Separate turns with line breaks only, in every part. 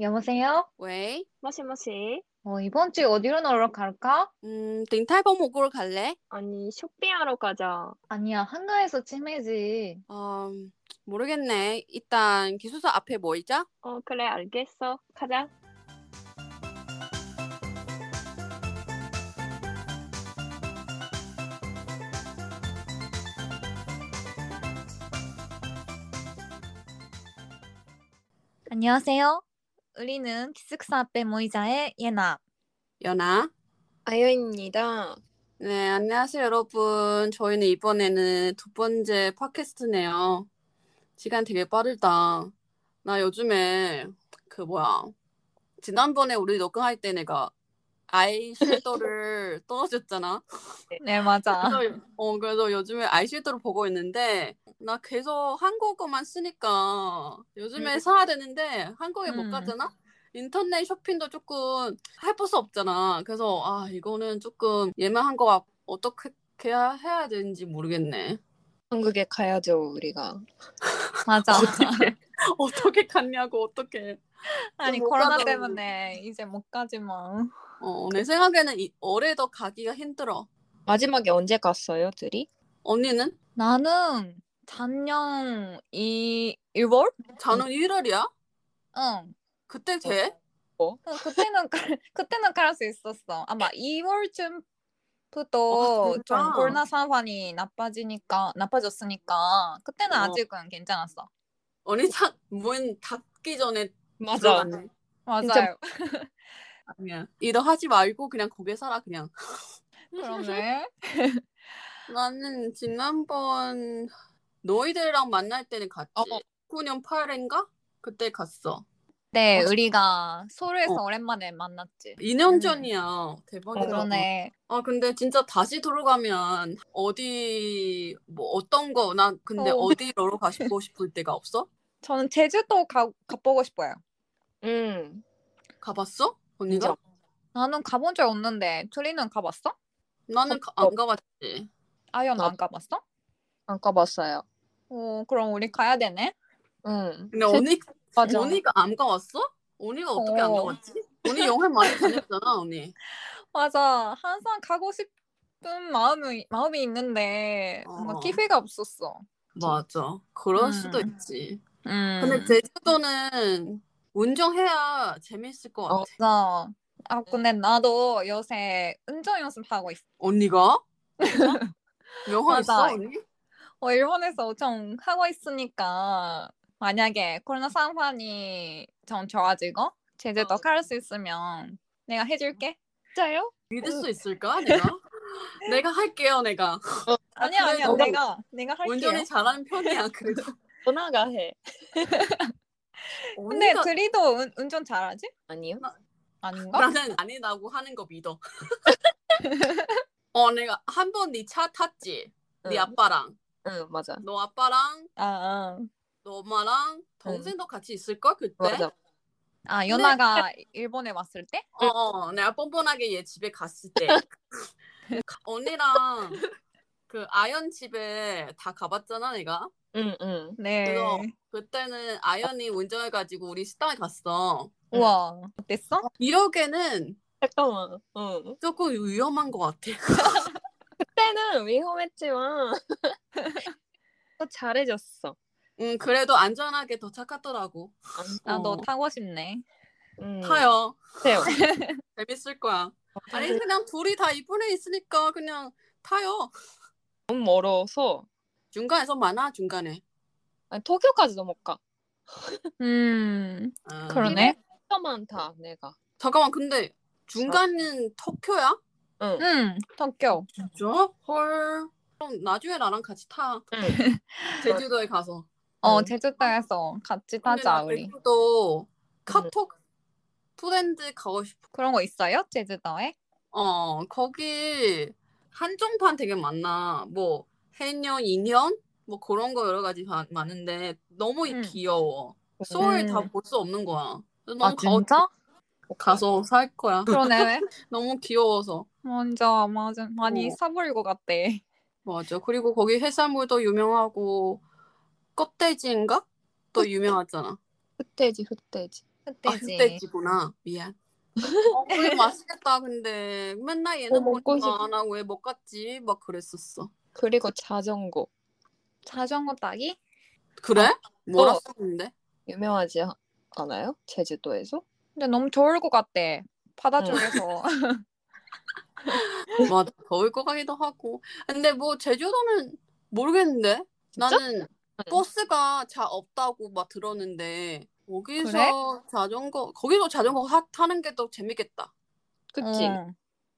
여보세요?
왜?
뭐시뭐시?
어, 이번 주에 어디로 놀러 갈까?
음, 링탈버 목으로 갈래?
아니, 쇼핑하러 가자.
아니야, 한가해서 치매지.
어, 모르겠네. 일단 기숙사 앞에 뭐 모이자.
어, 그래, 알겠어. 가자.
안녕하세요. 우리는 기숙사 앞에 모이자의 예나.
연아.
아유입니다.
네, 안녕하세요, 여러분. 저희는 이번에는 두 번째 팟캐스트네요. 시간 되게 빠르다. 나 요즘에 그 뭐야? 지난번에 우리 녹음할 때 내가 아이섀도를 떨어졌잖아.
네, 맞아.
그래서, 어, 그래서 요즘에 아이섀도를 보고 있는데, 나 계속 한국어만 쓰니까 요즘에
음.
사야 되는데, 한국에 못
음.
가잖아? 인터넷 쇼핑도 조금 해볼 수 없잖아. 그래서, 아, 이거는 조금 예매한 거 어떻게 해야, 해야 되는지 모르겠네.
한국에 가야죠, 우리가.
맞아.
어떻게, 어떻게 갔냐고, 어떻게.
아니,
못
코로나
가잖아.
때문에 이제 못 가지만.
어, 내 생각에는 이, 올해도 가기가 힘들어.
마지막에 언제 갔어요, 둘이?
언니는?
나는 작년 이 1월?
음.
자는 1월이야?
응.
그때
어,
돼?
응, 그때는 갈- 그때는 갈 수 있었어. 아마 2월쯤부터
어, 진짜?
좀 코로나 상황이 나빠지니까 나빠졌으니까 그때는
어.
아직은 괜찮았어.
언니 참, 문 닫기 전에
맞아.
들어갔네.
맞아요.
진짜
아니야. 일도 하지 말고 그냥 고개 살아 그냥.
그러네.
나는 지난번 너희들이랑 만날 때는 갔지.
어.
9년 8인가? 그때 갔어.
네,
어.
우리가 서울에서
어.
오랜만에 만났지.
2년
음.
전이야.
어,
대박이다.
그러네.
아 근데 진짜 다시 돌아가면 어디 뭐 어떤 거 난 근데
어.
어. 디로 가고 싶을 때가 없어?
저는 제주도 가, 가보고 싶어요.
응.
가봤어? 언니가?
진짜.
나는 가본 적 없는데 둘이는 가봤어?
나는 가- 안 가봤지.
아연
나-
안 가봤어?
안 가봤어요.
오, 그럼 우리 가야 되네.
응.
근데 언니
맞아.
언니가 안 가봤어? 언니가 어떻게 안
어.
가봤지? 언니 여행 많이 다녔잖아 언니.
맞아. 항상 가고 싶은 마음이 마음이 있는데 뭔가
어.
기회가 없었어.
맞아. 그럴
음.
수도 있지.
음.
근데 제주도는 운전해야 재밌을 것 같아.
어.
맞아. 아 근데 나도 요새 운전 연습하고 있어.
언니가? 명화 있어,
맞아.
언니?
어, 일본에서 좀 하고 있으니까 만약에 코로나 상황이 좀 좋아지고 제주도
어.
갈 수 있으면 내가 해줄게.
진짜요?
믿을 수 있을까, 내가? 내가 할게요, 내가.
아니야 아니야
그래도
내가 내가 할게.
운전을 잘하는 편이야, 그래도.
누나가 해.
근데
언니가
드리도 운, 운전 잘하지?
아니요?
어,
아닌가?
나는 아니라고 하는 거 믿어. 어, 내가 한 번 네 차 탔지? 네
응.
아빠랑.
응, 맞아.
너 아빠랑,
아, 아,
너 엄마랑, 동생도 같이 있을걸, 그때?
맞아.
아 연아가
그
일본에 왔을 때?
어, 어, 내가 뻔뻔하게 얘 집에 갔을 때 가- 언니랑 그 아연 집에 다 가봤잖아 내가
응, 응.
네.
그래서- 그때는 아연이 운전해가지고 우리 식당에 갔어
우와 어땠어?
이러게는
잠깐만. 응.
조금 위험한 것 같아
그때는 위험했지만. 또 잘해줬어.
음 그래도 안전하게 도착하더라고
나도
어.
타고 싶네.
응.
타요
타요.
재밌을 거야 아니 그냥 둘이 다 이쁜에 있으니까 그냥 타요
너무 멀어서.
중간에서 많아 중간에
아니, 도쿄까지도 못 가.
음
아.
그러네.
진짜 많다, 내가.
잠깐만 근데 중간은 터키야?
응.
음 도쿄.
진짜? 헐. 그럼 나중에 나랑 같이 타.
응.
제주도에 가서.
어
응.
제주도에서 같이
근데
타자
나
우리. 음.
제주도 카톡 프렌드 가고 싶어.
그런 거 있어요 제주도에?
어, 거기 한정판 되게 많나. 뭐 해녀, 인형? 뭐 그런 거 여러 가지 바- 많은데 너무
음.
귀여워. 서울
음.
다 볼 수 없는 거야. 그래서
아
너무 가-
진짜?
가서 살 거야.
그러네.
너무 귀여워서.
먼저 맞아 많이
어.
사버릴 것 같대.
맞아. 그리고 거기 해산물도 유명하고 껍데지인가? 또 유명하잖아.
흑돼지 흑돼지
아
그때지.
그때지구나. 미안. 어, 그래 맛있겠다. 근데 맨날
뭐
얘는
먹고
보니까
싶-
나 왜 못 갔지? 막 그랬었어.
그리고 자전거
자전거 따기?
그래? 뭐라 썼는데?
유명하지 아- 않아요? 제주도에서?
근데 너무 좋을 것 같대. 바다
어.
쪽에서.
맞아. 더울 것 같기도 하고. 근데 뭐 제주도는 모르겠는데. 나는 버스가 잘 없다고 막 들었는데 거기서
그래?
자전거 거기서 자전거 하, 타는 게 더 재밌겠다.
그치?
어,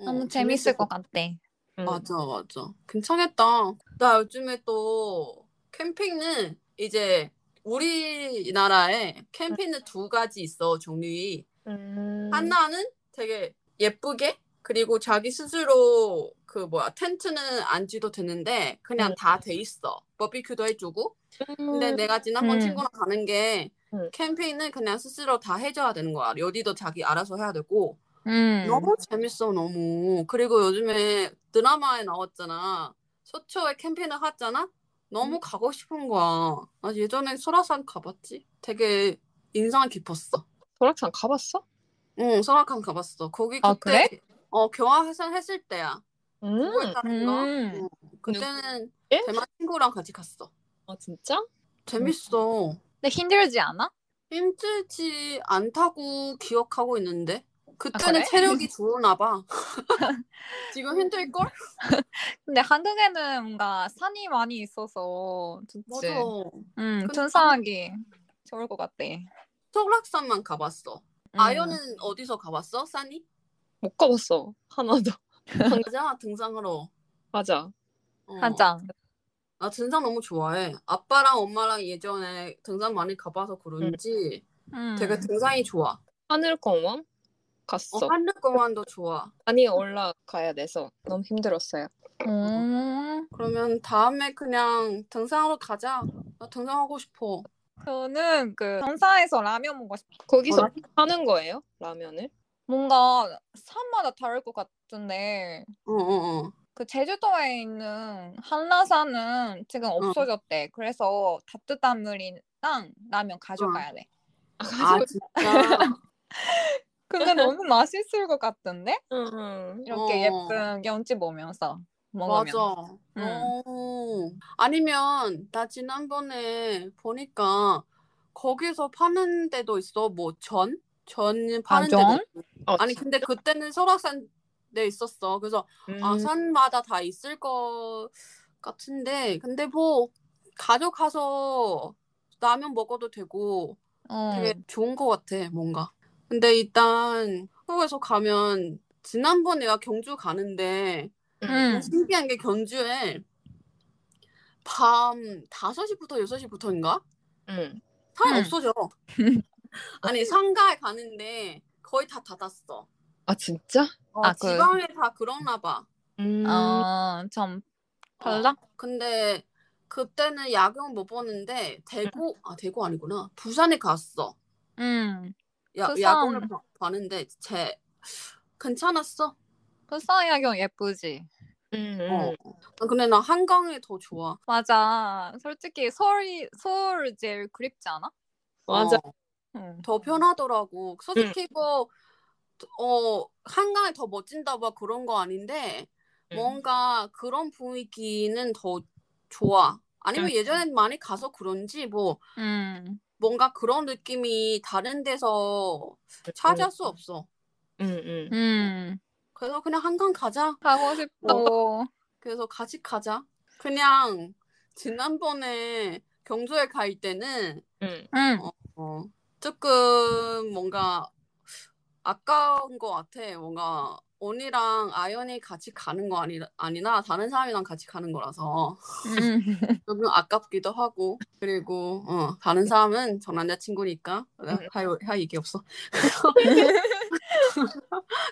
응,
너무
음, 재밌을
재밌을 것 같대.
음.
맞아, 맞아. 괜찮겠다. 나 요즘에 또 캠핑은 이제 우리나라에 캠핑은 두 가지 있어, 종류이.
음.
하나는 되게 예쁘게, 그리고 자기 스스로 그 뭐야, 텐트는 안 지도 되는데 그냥
음.
다 돼 있어. 버비큐도 해주고. 근데
음.
내가 지난번
음.
친구랑 가는 게
음.
캠핑은 그냥 스스로 다 해줘야 되는 거야. 요리도 자기 알아서 해야 되고.
음.
너무 재밌어, 너무. 그리고 요즘에 드라마에 나왔잖아. 서초에 캠핑을 하잖아? 너무 가고 싶은 거야. 나 예전에 설악산 가봤지? 되게 인상 깊었어.
도락산 가봤어?
응, 설악산 가봤어. 거기
아,
그때, 어, 경화해산 했을 때야.
음.
9월달인가?
음.
그때는
예?
대만 친구랑 같이 갔어.
아 진짜?
재밌어.
근데 힘들지 않아?
힘들지 않다고 기억하고 있는데.
그래?
그때는 체력이 좋으나 봐. 지금 힘들걸?
근데 한국에는 뭔가 산이 많이 있어서 좋지.
맞아.
음,
근데-
등산하기 좋을 것 음. 같대.
설악산만 가봤어.
음.
아연은 어디서 가봤어? 산이?
못 가봤어 하나도
가자 등산으로.
맞아
어.
가장.
나 등산 너무 좋아해. 아빠랑 엄마랑 예전에 등산 많이 가봐서 그런지
음.
되게 등산이 좋아.
하늘공원 갔어
어, 한늘공원도 좋아.
많이 올라가야 돼서 너무 힘들었어요
음.
그러면 다음에 그냥 등산으로 가자. 나 등산하고 싶어.
저는 그 정사에서 라면 먹고 싶어.
거기서
어,
파는 거예요 라면을?
뭔가 산마다 다를 것 같은데
어어어.
그 제주도에 있는 한라산은 지금 없어졌대. 그래서 따뜻한 물이랑 라면 가져가야 돼.
아 진짜.
근데 너무 맛있을 것 같던데?
응.
이렇게
어.
예쁜 연지 보면서 먹으면.
맞아.
음.
어. 아니면 나 지난번에 보니까 거기서 파는 데도 있어. 뭐 전? 전 파는
아,
데도
전?
있고. 아니 근데 그때는 설악산 에 있었어. 그래서
음,
음.
아 산마다 다 있을 것 같은데 근데 뭐 가져가서 라면 먹어도 되고
어.
되게 좋은 것 같아 뭔가. 근데 일단 한국에서 가면 지난번 내가 경주 가는데
음.
신기한 게 경주에 밤 5시부터 6시부터인가?
응.
사람
음.
없어져. 아니, 상가에 가는데 거의 다 닫았어.
아 진짜?
어,
아, 그-
지방에 다 그러나 봐.
음.
어, 좀 달라?
근데 그때는 야경 못 보는데 대구, 아, 대구 아니구나. 부산에 갔어.
음.
야,
부산.
야경을 봐- 봤는데 제 괜찮았어.
불사 야경 그 예쁘지.
음.
어. 근데 나 한강이 더 좋아.
맞아. 솔직히 서울이 서울 제일 그립지 않아?
맞아.
어.
응.
더 편하더라고. 솔직히 뭐, 어, 한강에 더 멋진다 막 그런 거 아닌데,
음.
뭔가 그런 분위기는 더 좋아. 아니면
음.
예전에 많이 가서 그런지, 뭐,
음.
뭔가 그런 느낌이 다른 데서 찾을 수 없어.
음. 음.
음.
그래서 그냥 한강 가자.
가고
어.
싶고.
그래서 같이 가자. 그냥 지난번에 경주에 갈 때는
음.
응.
어, 조금 뭔가 아까운 것 같아. 뭔가 언니랑 아연이 같이 가는 거 아니, 아니나 다른 사람이랑 같이 가는 거라서
음.
조금 아깝기도 하고 그리고 어, 다른 사람은 전 남자친구니까 할, 할 얘기 없어.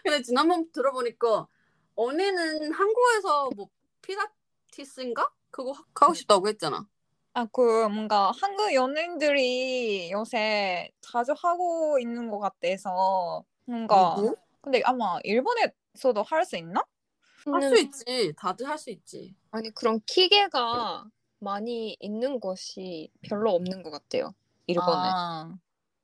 근데 지난번 들어보니까 언니는 한국에서 뭐 피라티스인가? 그거 하고 싶다고 했잖아.
아, 그 뭔가 한국 연예인들이 요새 자주 하고 있는 것 같아서 뭔가
누구?
근데 아마 일본에서도 할 수 있나?
할 수 있지. 다들 할 수 있지.
아니 그런 기계가 많이 있는 곳이 별로 없는 것 같아요. 일본에.
아,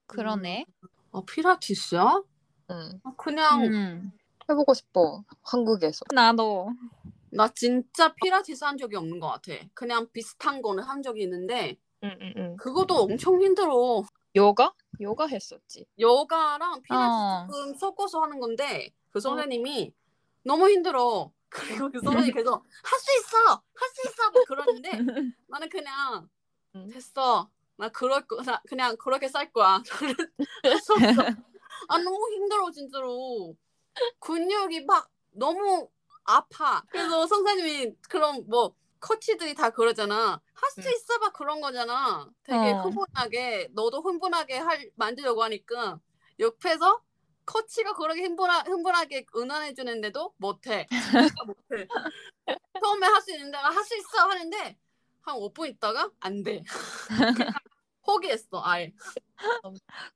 그러네.
아, 피라티스야?
응.
아, 그냥
음.
해보고 싶어. 한국에서.
나도.
나 진짜 피라티스 한 적이 없는 것 같아. 그냥 비슷한 거는 한 적이 있는데
응, 응, 응.
그것도 엄청 힘들어.
요가? 요가 했었지.
요가랑
어.
피라티스 조금 섞어서 하는 건데 그 선생님이 너무 힘들어. 그리고 그 선생님이 계속 할 수 있어, 할 수 있어 막 그러는데 나는 그냥
음.
됐어. 나 그럴 거, 나 그냥 그렇게 살 거야. 할 수 없어. 아 너무 힘들어 진짜로. 근육이 막 너무 아파. 그래서 선생님이 그런 뭐 커치들이 다 그러잖아. 할 수
음.
있어 막 그런 거잖아. 되게
어.
흥분하게 너도 흥분하게 할 만들려고 하니까 옆에서 커치가 그렇게 흥분하, 흥분하게 응원해 주는데도 못해. 진짜 못해. 처음에 할 수 있는데 아, 할 수 있어 하는데 한 5분 있다가 안 돼. 그냥 포기했어 아예.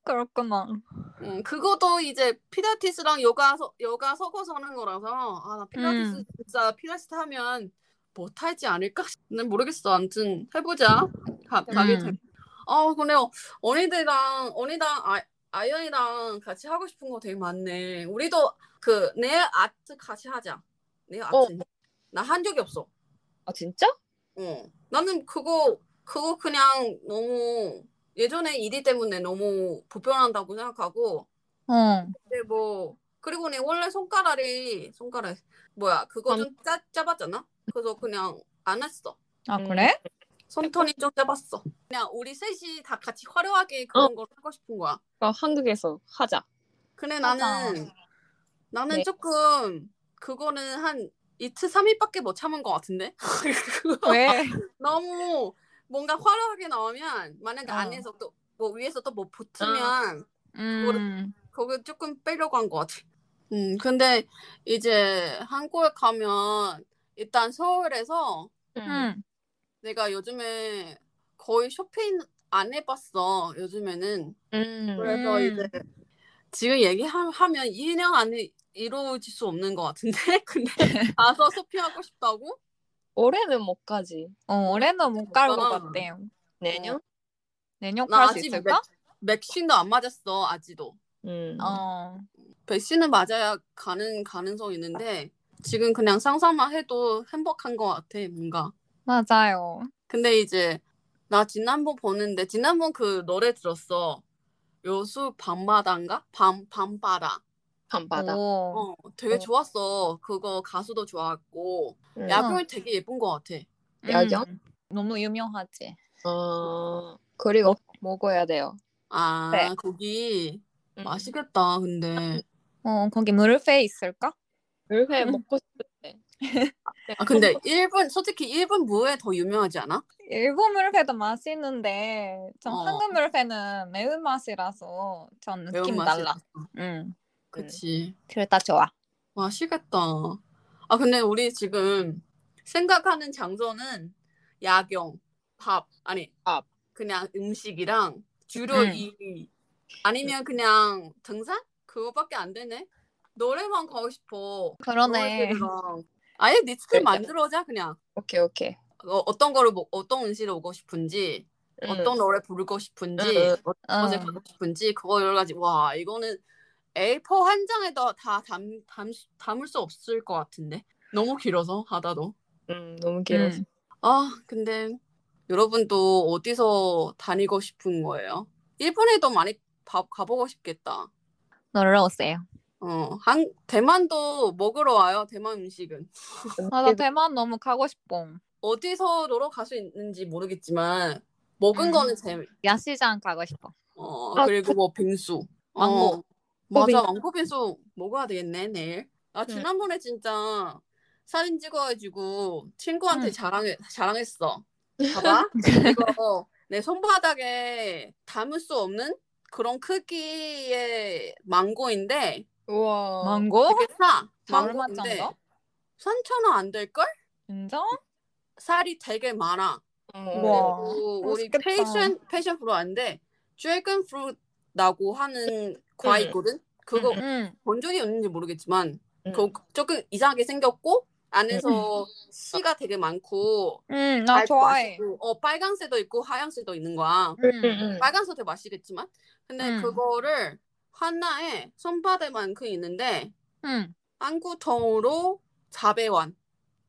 그렇구나.
음, 그것도 이제 피라티스랑 요가 서- 요가 섞어서 하는 거라서 아 나 피라티스
음.
진짜 피라티스 하면 못하지 않을까? 난 모르겠어. 아무튼 해보자. 가, 가게
음.
되면. 아 근데 어, 언니들이랑 언니랑 아, 아연이랑 같이 하고 싶은 거 되게 많네. 우리도 그 네일 아트 같이 하자. 네일 아트.
어.
나 한 적이 없어.
아, 진짜?
어. 나는 그거 그거 그냥 너무 예전에 일이 때문에 너무 불편한다고 생각하고
어.
근데 뭐 그리고 내 원래 손가락이 손가락 뭐야 그거 좀 짜, 짧았잖아. 그래서 그냥 안 했어.
아
음.
그래?
손톱이
네,
좀 짧았어. 그냥 우리 셋이 다 같이 화려하게
어.
그런 걸 하고 싶은 거야.
그러니까 한국에서 하자.
근데
맞아.
나는 나는
네.
조금 그거는 한 이틀 삼일밖에못 참은 것 같은데 그거
왜?
너무 뭔가 화려하게 나오면 만약에
어.
안에서 또 뭐 위에서 또 뭐 붙으면
음.
그거 조금 빼려고 한 것 같아. 음, 근데 이제 한국에 가면 일단 서울에서
음.
내가 요즘에 거의 쇼핑 안 해봤어. 요즘에는
음.
그래서
음.
이제 지금 얘기하면 2년 안에 이루어질 수 없는 것 같은데 근데 가서 쇼핑하고 싶다고?
올해는 못 가지.
어 올해는 못 갈 것
아.
같아요.
어.
내년?
내년
나
갈수
아직
있을까?
맥, 백신도 안 맞았어 아직도.
음.
어.
백신을 맞아야 가는 가능성 이 있는데 지금 그냥 상상만 해도 행복한 것 같아 뭔가.
맞아요.
근데 이제 나 지난번 보는데 지난번 그 노래 들었어. 요수 밤바다인가? 밤 밤바다.
밤바다.
오.
어, 되게
어.
좋았어. 그거 가수도 좋았고
네.
음.
야경이 되게 예쁜 것 같아.
야경?
음. 너무 유명하지.
어, 그리고 먹어야 돼요.
아
네.
거기
음.
맛있겠다. 근데
어 거기 물회 있을까?
물회 먹고 싶은데.
아 근데 일본 솔직히 일본 무에 더 유명하지 않아?
일본 물회도 맛있는데 전
어.
한국 물회는 매운 맛이라서 전 느낌
매운맛이.
달라. 음.
그치.
둘 다 좋아.
맛있겠다. 아, 근데 우리 지금 생각하는 장소는 야경, 밥, 아니,
밥.
그냥 음식이랑 주로
음.
이, 아니면 그냥 등산? 그거밖에 안 되네? 노래만 가고 싶어.
그러네. 네.
노래들이랑. 아예 리스트
그러니까.
만들어자, 그냥.
오케이, 오케이.
어, 어떤 거를, 먹- 어떤 음식을 먹고 싶은지,
음.
어떤 노래 부르고 싶은지,
음, 음.
어.
어제 가고 싶은지 그거 여러 가지 와 이거는 A4 한 장에도 다 담, 담, 담을 수 없을 것 같은데 너무 길어서 하다도
음, 너무 길어서.
음.
아 근데 여러분도 어디서 다니고 싶은 거예요? 일본에도 많이 가, 가보고 싶겠다
놀러 오세요.
어, 한, 대만도 먹으러 와요 대만 음식은
아, 나 대만 너무 가고 싶어.
어디서 놀러 갈 수 있는지 모르겠지만 먹은
음.
거는 재미
야시장 가고 싶어.
어
아,
그리고 뭐 빙수
망고.
어, 맞아
빙수.
망고 빙수 먹어야 되겠네 내일 아
네.
지난번에 진짜 사진 찍어가지고 친구한테
응.
자랑 자랑했어 봐봐 이거 내 손바닥에 담을 수 없는 그런 크기의 망고인데
우와.
망고?
어, 되게 싸
얼마
망고인데
정도?
3,000원 안 될걸?
진짜?
살이 되게 많아
우와.
그리고 우리
맛있겠다.
패션 패션 프로인데 드래곤 프루트라고 하는 과
응.
있거든 그거
응.
응.
본 적이 없는지 모르겠지만
음.
그 조금 이상하게 생겼고 안에서 씨가 되게 많고
응, 음, 나
알도
좋아해. 음,
맛있고, 어
음,
빨간색도 있고 하얀색도 있는 거야
응.
응.
빨간색도 맛있겠지만 근데
음.
그거를 하나에 손바닥만큼 그 있는데
응.
한국 돈으로 400원,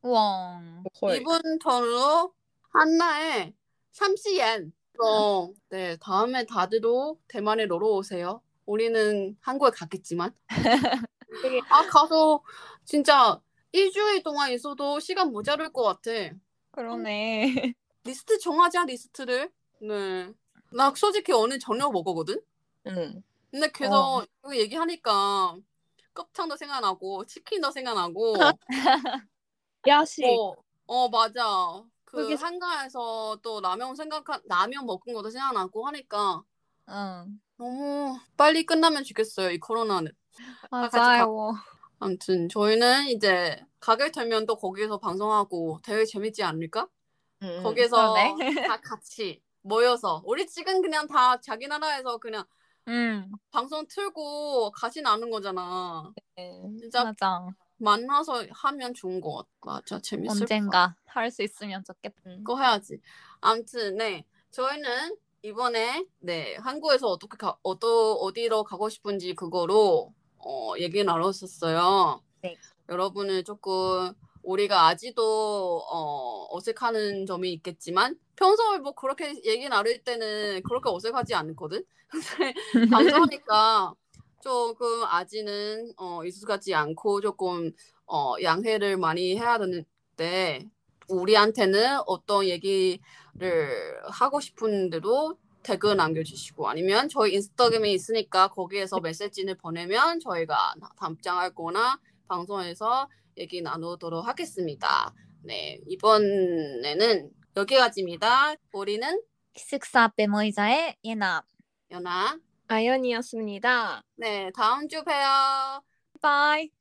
우와.
뭐 거의
일본 돈으로 하나에 30엔. 어, 네, 다음에 다들도 대만에 놀러 오세요. 우리는 한국에 갔겠지만. 아, 가서 진짜 일주일 동안 있어도 시간 모자랄 것 같아.
그러네.
리스트 정하자, 리스트를. 네. 나 솔직히 오늘 저녁 먹었거든?
응.
근데 그래서 이거 얘기하니까 껍창도 생각나고 치킨도 생각나고
야식.
어, 어 맞아 그
그게-
한가에서 또 라면 생각한 라면 먹은 것도 생각나고 하니까
응. 아,
너무 빨리 끝나면 좋겠어요 이 코로나는
맞아요.
아무튼 저희는 이제 가게 되면 또 거기에서 방송하고 되게 재밌지 않을까
응, 응.
거기에서
음, 그러네.
다 같이 모여서 우리 지금 그냥 다 자기 나라에서 그냥
응.
방송 틀고 같이 나눈 거잖아
네.
진짜
맞아.
만나서 하면 좋은 것 같아. 맞아, 재밌을 것 같아.
언젠가 할 수 있으면 좋겠다.
그거 해야지. 아무튼 네, 저희는 이번에 네 한국에서 어떻게 가, 어떠, 어디로 가고 싶은지 그거로 어, 얘기 나눴었어요.
네.
여러분을 조금 우리가 아직도 어, 어색하는 점이 있겠지만 평소에 뭐 그렇게 얘기 나눌 때는 그렇게 어색하지 않거든. 근데 방송하니까 조금 아직은 어, 익숙하지 않고 조금 어, 양해를 많이 해야 되는데 우리한테는 어떤 얘기를 하고 싶은 대로 댓글 남겨주시고 아니면 저희 인스타그램이 있으니까 거기에서 메시지를 보내면 저희가 답장하거나 방송에서 얘기 나누도록 하겠습니다. 네 이번에는 여기까지입니다. 우리는
기숙사 앞에 모이자의 예나.
연아
아연이었습니다.
네 다음 주 봬요.
바이.